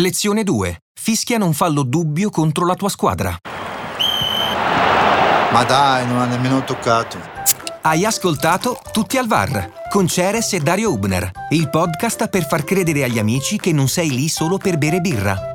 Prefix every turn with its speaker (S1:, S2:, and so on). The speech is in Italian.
S1: Lezione 2. Fischia non fallo dubbio contro la tua squadra.
S2: Ma dai, non ha nemmeno toccato.
S1: Hai ascoltato Tutti al VAR con Ceres e Dario Ubner, il podcast per far credere agli amici che non sei lì solo per bere birra.